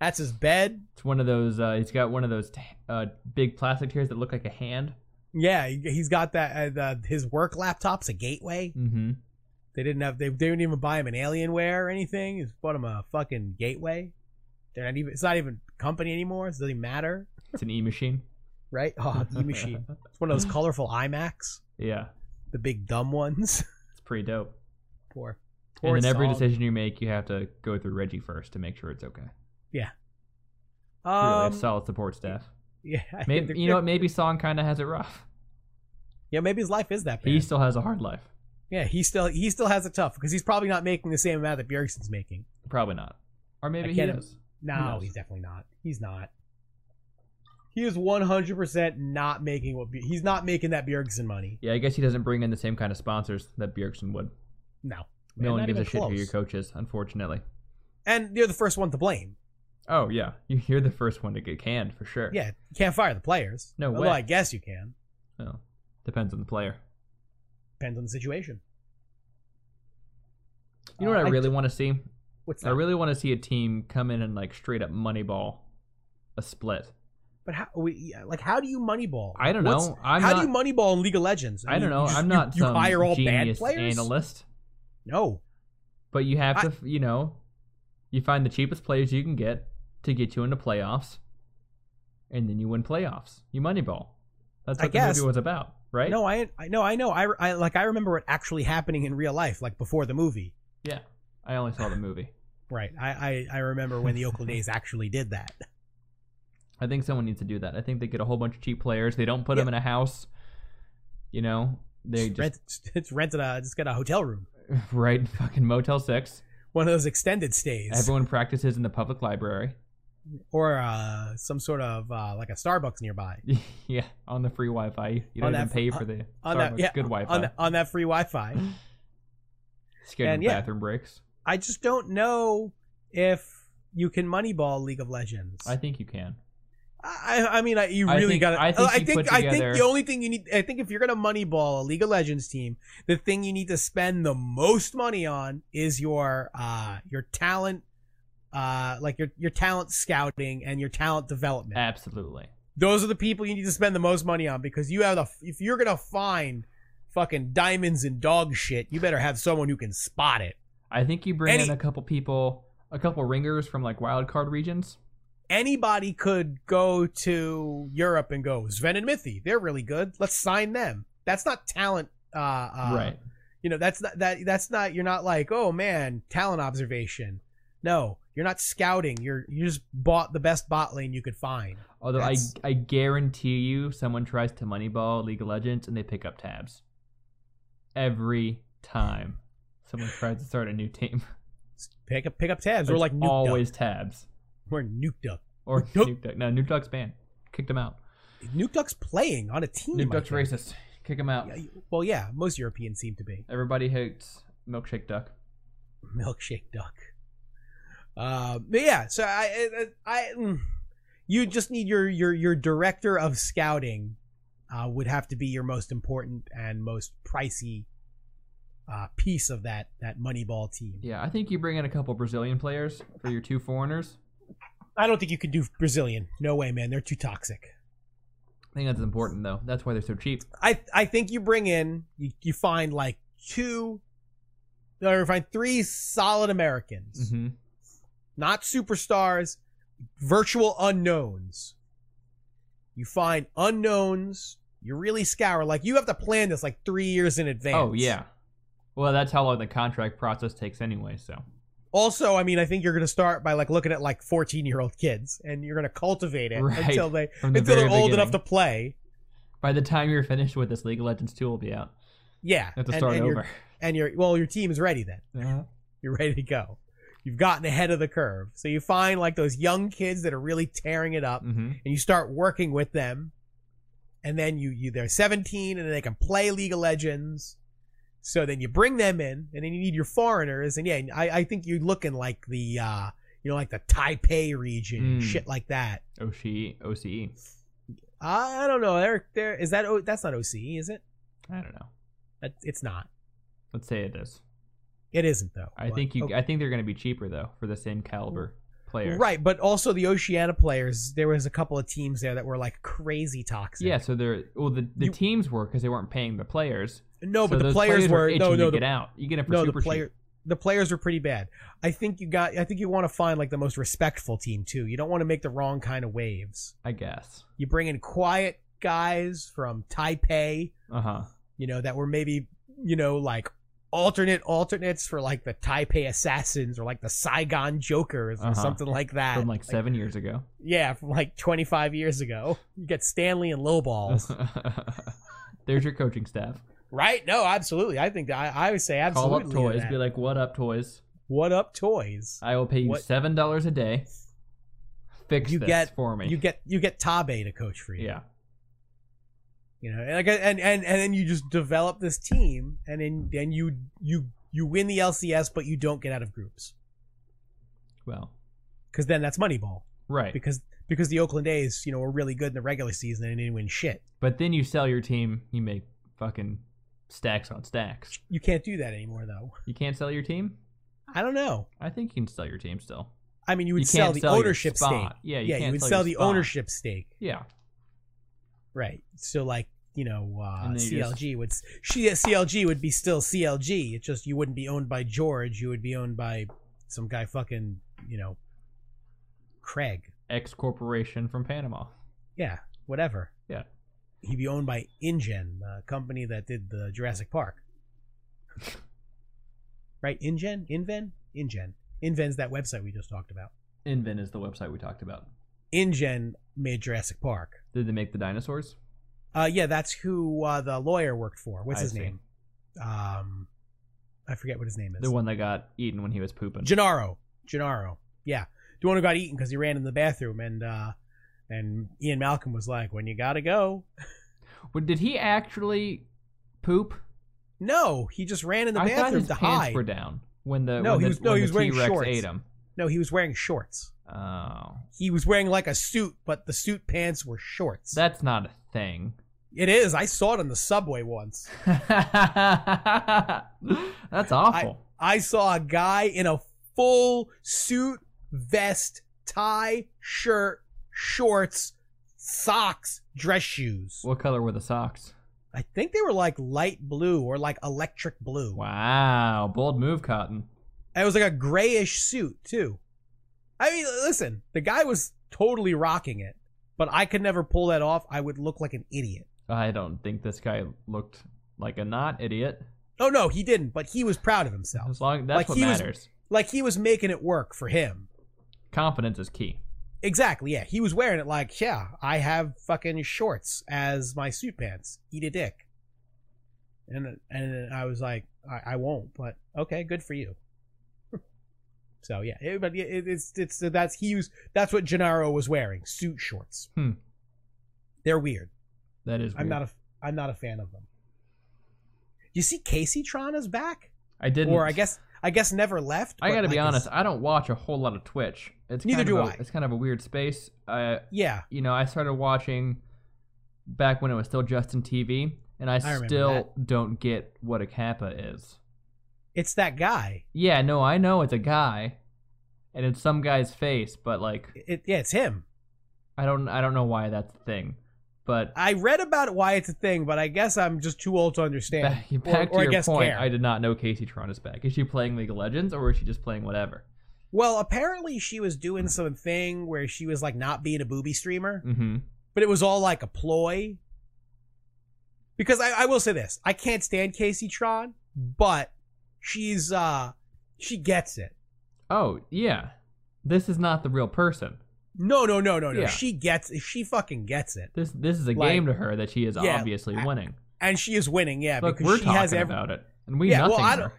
That's his bed. It's one of those. Uh, he's got one of those t- uh, big plastic chairs that look like a hand. Yeah, he- he's got that. Uh, the, his work laptop's a gateway. Mm-hmm. They didn't have. They, they didn't even buy him an Alienware or anything. He's bought him a fucking gateway. They're not even. It's not even a company anymore. It doesn't even matter, It's an E machine. right? Oh, the machine. It's one of those colorful iMacs, yeah, the big dumb ones. it's pretty dope. Poor. And poor then every Saul. decision you make, you have to go through Reggie first to make sure it's okay. really, Um, a solid support staff. Yeah, I think Maybe they're- you know what? Maybe Song kind of has it rough. Yeah, maybe his life is that bad. He still has a hard life. yeah, he still he still has it tough because he's probably not making the same amount that Bjergsen's making. Probably not. Or maybe I he can't- does. No, knows? he's definitely not. He's not. He is 100% not making what Bu- he's not making that Bjergsen money. Yeah, I guess he doesn't bring in the same kind of sponsors that Bjergsen would. No. No Man, one not gives a even shit who close. your coach is, unfortunately. And you're the first one to blame. Oh yeah, you- you're the first one to get canned for sure. Yeah, you can't fire the players. No Although way. I guess you can. Well, depends on the player. Depends on the situation. You know what Uh, I I- really want to see? What's I that? really want to see a team come in and like straight up moneyball a split. but how we, yeah, like how do you moneyball? I don't What's- know. I'm how not. do you moneyball in League of Legends? I mean, don't know. you just- I'm you- not You, some hire all bad genius players? analyst, No. but you have to, f- you know, you find the cheapest players you can get to get you into playoffs, and then you win playoffs. You moneyball. That's I what the guess. movie was about, right? No, I, I no, I know. I, I like I remember it actually happening in real life, like before the movie. Yeah, I only saw the movie. Right. I, I, I remember when the Oakland A's actually did that. I think someone needs to do that. I think they get a whole bunch of cheap players. They don't put Yeah. them in a house. You know, they It's just rent, it's rented a just got a hotel room. right fucking Motel Six. One of those extended stays. Everyone practices in the public library. or uh, some sort of uh, like a Starbucks nearby. yeah, on the free Wi-Fi. You On don't even that- pay for the On Starbucks that, yeah, good Wi-Fi. On, on that free Wi-Fi. Scheduled and yeah. bathroom breaks. I just don't know if you can Moneyball League of Legends. I think you can. I, I mean, I, you I really think- gotta. I I think think. I you think, put together- the only thing you need. I think if you're gonna moneyball a League of Legends team, the thing you need to spend the most money on is your uh your talent, uh like your your talent scouting and your talent development. Absolutely. Those are the people you need to spend the most money on because you have the. If you're gonna find fucking diamonds and dog shit, you better have someone who can spot it. I think you bring Any- in a couple people, a couple ringers from like wild card regions. Anybody could go to Europe and go Sven and Mithy. They're really good. Let's sign them. That's not talent. Uh, uh, right. you know that's not that that's not you're not like oh man talent observation no you're not scouting you're you just bought the best bot lane you could find Although I, that's- I guarantee you, someone tries to moneyball League of Legends and they pick up tabs. Every time someone tries to start a new team, pick up pick up tabs we're It's like nuke always tabs. duck. we're nuke duck Or Nope. Nuke Duck. No, Nuke Duck's banned. Kicked him out. nuke duck's playing on a team Nuke I Duck's think. racist. Kick him out. Yeah, you- well yeah most europeans seem to be Everybody hates Milkshake Duck. milkshake duck uh, but yeah so i i, I mm, you just need your your your director of scouting uh, would have to be your most important and most pricey uh, piece of that that moneyball team Yeah, I think you bring in a couple Brazilian players for your two foreigners. i don't think you could do brazilian no way man they're too toxic I think that's important though. That's why they're so cheap. i i think you bring in you, you find like two no, you find three solid americans Mm-hmm. not superstars, virtual unknowns. You find unknowns. You really scour. Like you have to plan this like three years in advance. Oh yeah. Well, that's how long the contract process takes anyway. So Also, I mean, I think you're gonna start by like looking at like 14 year old kids, and you're gonna cultivate it Right. until they from the until very they're old beginning. enough to play. By the time you're finished with this, League of Legends two will be out. Yeah, You have to and, start and Your, over. and your well, your team is ready then. Uh-huh. You're ready to go. You've gotten ahead of the curve. So you find like those young kids that are really tearing it up. Mm-hmm. and you start working with them and then you, you they're 17 and they can play league of legends so then you bring them in and then you need your foreigners and yeah and i, I think you're looking like the uh you know like the taipei region and Mm. shit like that OCE, OCE. i, I don't know there there is that o, that's not oce is it I don't know. that, it's not Let's say it is. it isn't though I But- think you. oh, I think they're going to be cheaper though for the same caliber players. right but also the oceana players there was a couple of teams there that were like crazy toxic Yeah. So they're well. The, the You- teams were because they weren't paying the players. no So but the those players, were itching no to no the get out. You get it for no, the super player, cheap. the players are pretty bad. I think you got. I think you want to find like the most respectful team too. You don't want to make the wrong kind of waves. I guess. You bring in quiet guys from Taipei, Uh huh. you know, that were maybe you know like alternate alternates for like the Taipei Assassins or like the Saigon Jokers or Uh-huh. something like that. From like seven years ago. yeah, from like 25 years ago. You get Stanley and Lowballs, There's your coaching staff. right? No, absolutely. I think I, I would say Call absolutely. up toys. that. Be like, "What up, toys? what up, toys? I will pay you What- seven dollars a day fix You this get- for me. You get you get Tabe to coach for you. yeah. You know, and like and and and then you just develop this team, and then then you you you win the LCS, but you don't get out of groups Well, because then that's Moneyball right. because because the Oakland A's you know were really good in the regular season and they didn't win shit. But then you sell your team, you make fucking stacks on stacks. You can't do that anymore though. You can't sell your team? I don't know. I think you can sell your team still. I mean, you You would can't sell the sell your ownership stake. spot. Yeah, you yeah, can't you would sell sell, your the spot. ownership stake. Yeah. Right. So like you know, uh, And then you just- CLG would she CLG would be still CLG. It just you wouldn't be owned by George. You would be owned by some guy fucking you know, Craig. X corporation from Panama. Yeah, whatever. Yeah. He'd be owned by InGen, the company that did the Jurassic Park. right? InGen, InVen, InGen. InVen's that website we just talked about. Invent is the website we talked about. InGen made Jurassic Park. Did they make the dinosaurs? Uh, yeah, that's who uh, the lawyer worked for. What's I his see. name? Um, I forget what his name is. The one that got eaten when he was pooping. Gennaro. Gennaro. Yeah, the one who got eaten because he ran in the bathroom, and uh, and Ian Malcolm was like, "When you gotta go." Well, did he actually poop? No, he just ran in the I thought bathroom his to pants hide. were down when the No, when he the- was- no, when he was the wearing T-Rex shorts. ate him. No, he was wearing shorts. Oh, He was wearing like a suit, but the suit pants were shorts. that's not a thing. it is. I saw it on the subway once. that's awful. I saw a guy in a full suit, vest, tie, shirt, shorts, socks, dress shoes. What color were the socks? I think they were like light blue or like electric blue. Wow, bold move, Cotton. And it was like a grayish suit too. I mean, listen, the guy was totally rocking it, but I could never pull that off. I would look like an idiot. I don't think this guy looked like a not idiot. Oh no, he didn't, but he was proud of himself. As long that's Like, what he was- matters. Like he was making it work for him. Confidence is key. Exactly, yeah. He was wearing it like, yeah, I have fucking shorts as my suit pants. Eat a dick. And and I was like, I, I won't, but okay, good for you. so yeah, it, but it, it's it's that's he was that's what Gennaro was wearing suit shorts. Hmm. They're weird. That is. Weird. I'm not a I'm not a fan of them. You see, Casey Tron is back, I didn't. or I guess I guess never left. I but, gotta be like, honest. it's- I don't watch a whole lot of Twitch. It's Neither kind do of a- I. It's kind of a weird space. I, Yeah, you know, I started watching back when it was still Justin TV, and I, I remember still don't get what a kappa is. it's that guy. Yeah, no, I know it's a guy, and it's some guy's face, but like, It, yeah, it's him. I don't, I don't know why that's a thing. But I read about why it's a thing, but I guess I'm just too old to understand. back, back or I to your guess point, care. I did not know Casey Tron is back. Is she playing League of Legends or is she just playing whatever? Well, apparently she was doing some thing where she was like not being a booby streamer, Mm-hmm. but it was all like a ploy. Because I, I will say this, I can't stand Casey Tron, but she's uh she gets it. Oh yeah, this is not the real person. No, no, no, no, no. Yeah. She gets she fucking gets it. This this is a Like- game to her that she is Yeah, obviously I- winning. And she is winning, yeah, Look, because we're she talking has every about it, and we Yeah, well, nothing I her. don't-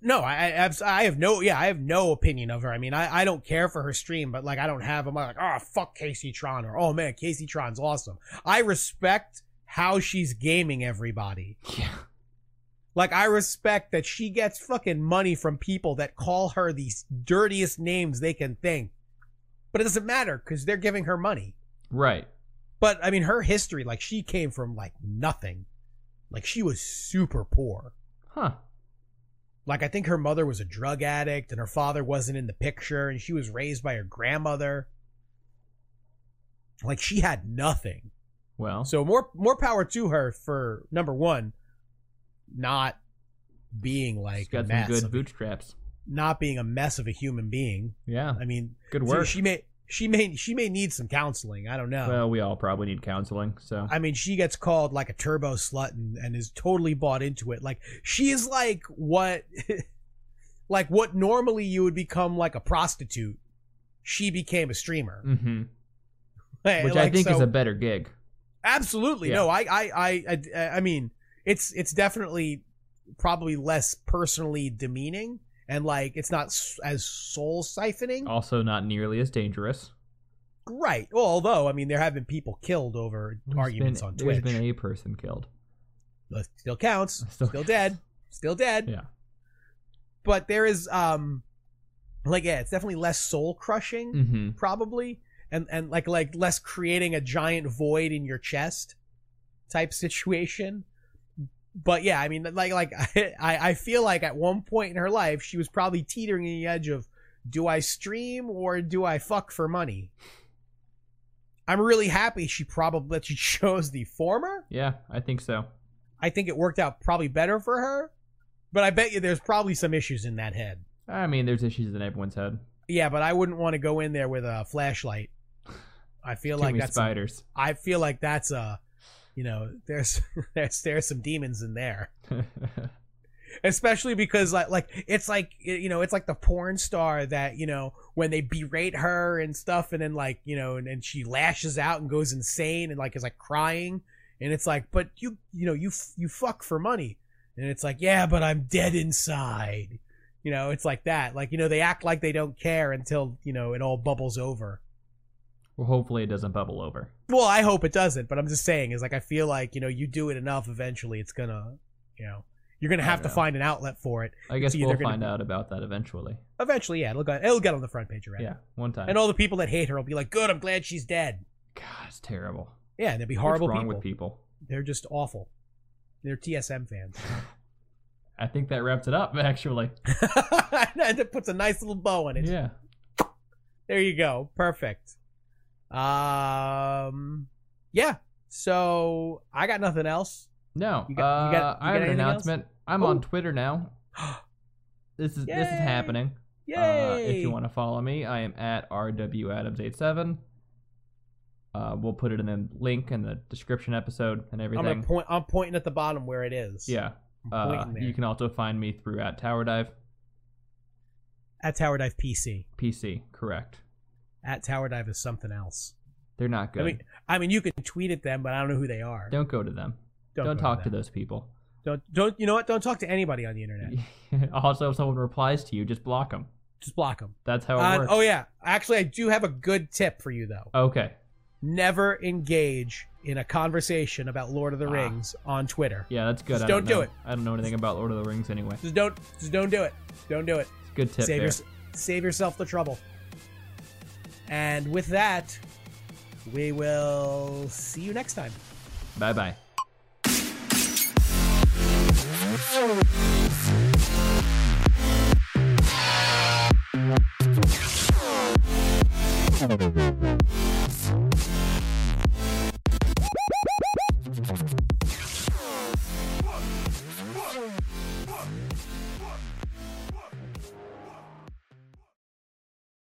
No, I, I abs- I have no yeah, I have no opinion of her. I mean, I, I don't care for her stream, but like I don't have I'm not like, oh fuck Casey Tron or oh man, Casey Tron's awesome. I respect how she's gaming everybody. Yeah. Like I respect that she gets fucking money from people that call her the dirtiest names they can think. But it doesn't matter because they're giving her money. Right. But I mean her history, like she came from like nothing. Like she was super poor. Huh. Like I think her mother was a drug addict and her father wasn't in the picture and she was raised by her grandmother. Like she had nothing. Well, So more more power to her for number 1 not being she's like a got some mess good of- bootstraps. not being a mess of a human being. Yeah. I mean, Good so work. she may she may she may need some counseling. I don't know. well, we all probably need counseling. So I mean, she gets called like a turbo slut and, and is totally bought into it. Like she is like what, like what normally you would become like a prostitute. She became a streamer, hmm Like- Mm, which I like, think so- is a better gig. absolutely no. I, I I I I mean, it's it's definitely probably less personally demeaning and like it's not s- as soul siphoning. Oh. Also, not nearly as dangerous. Right. Well, although I mean, there have been people killed over There's arguments been- on There's Twitch. been a person killed. That still counts. Still- Still dead. Still dead. Yeah. But there is um, like yeah, it's definitely less soul crushing Mm-hmm. probably, and and like like less creating a giant void in your chest, type situation. But yeah, I mean, like like I I feel like at one point in her life she was probably teetering on the edge of, do I stream or do I fuck for money? I'm really happy she probably that she chose the former. Yeah, I think so. I think it worked out probably better for her, but I bet you there's probably some issues in that head. I mean, there's issues in everyone's head. Yeah, but I wouldn't want to go in there with a flashlight. I feel Too like many that's spiders. I feel like that's a you know, there's there's there's some demons in there. Especially because like like it's like you know, it's like the porn star that, you know, when they berate her and stuff and then like, you know, and, and she lashes out and goes insane and like is like crying and it's like, "But you you know, you f- you fuck for money." And it's like, "Yeah, but I'm dead inside." You know, it's like that. Like, you know, they act like they don't care until, you know, it all bubbles over. well, hopefully it doesn't bubble over. Well, I hope it doesn't, but I'm just saying is like I feel like you know you do it enough, eventually it's gonna, you know, you're gonna I have to know. find an outlet for it. I guess either we'll gonna find be- out about that eventually. Eventually, yeah, it'll get it'll get on the front page, right? Yeah, one time. And all the people that hate her will be like, "Good, I'm glad she's dead." God, it's terrible. Yeah, and they'll be horrible What's people. wrong with people? They're just awful. They're TSM fans. I think that wraps it up, actually. and it puts a nice little bow on it. Yeah. There you go. Perfect. Um, yeah. So I got nothing else. No. You got- you got- uh, you got I have an anything else? announcement. I'm Ooh. on Twitter now. This is this Yay. is happening. Yay! Uh, if you want to follow me, I am at rwadams87. Uh, we'll put it in the link in the description episode and I'm everything. gonna point. I'm pointing at the bottom where it is. yeah. I'm Uh, pointing there. you can also find me through at Tower Dive At Tower Dive PC. PC. Correct. At Tower Dive is something else. They're not good. I mean, I mean, you can tweet at them, but I don't know who they are. don't go to them. Don't, go talk to them. those people. Don't don't. You know what? Don't talk to anybody on the internet. also, if someone replies to you, just block them. Just block them. That's how it works. oh yeah, actually, I do have a good tip for you though. Okay. Never engage in a conversation about Lord of the Ah. Rings on Twitter. Yeah, that's good. Just I don't, don't do know- it. I don't know anything about Lord of the Rings anyway. Just don't. Just don't do it. Don't do it. It's a good tip save there. yours- save yourself the trouble. And with that, we will see you next time. Bye bye.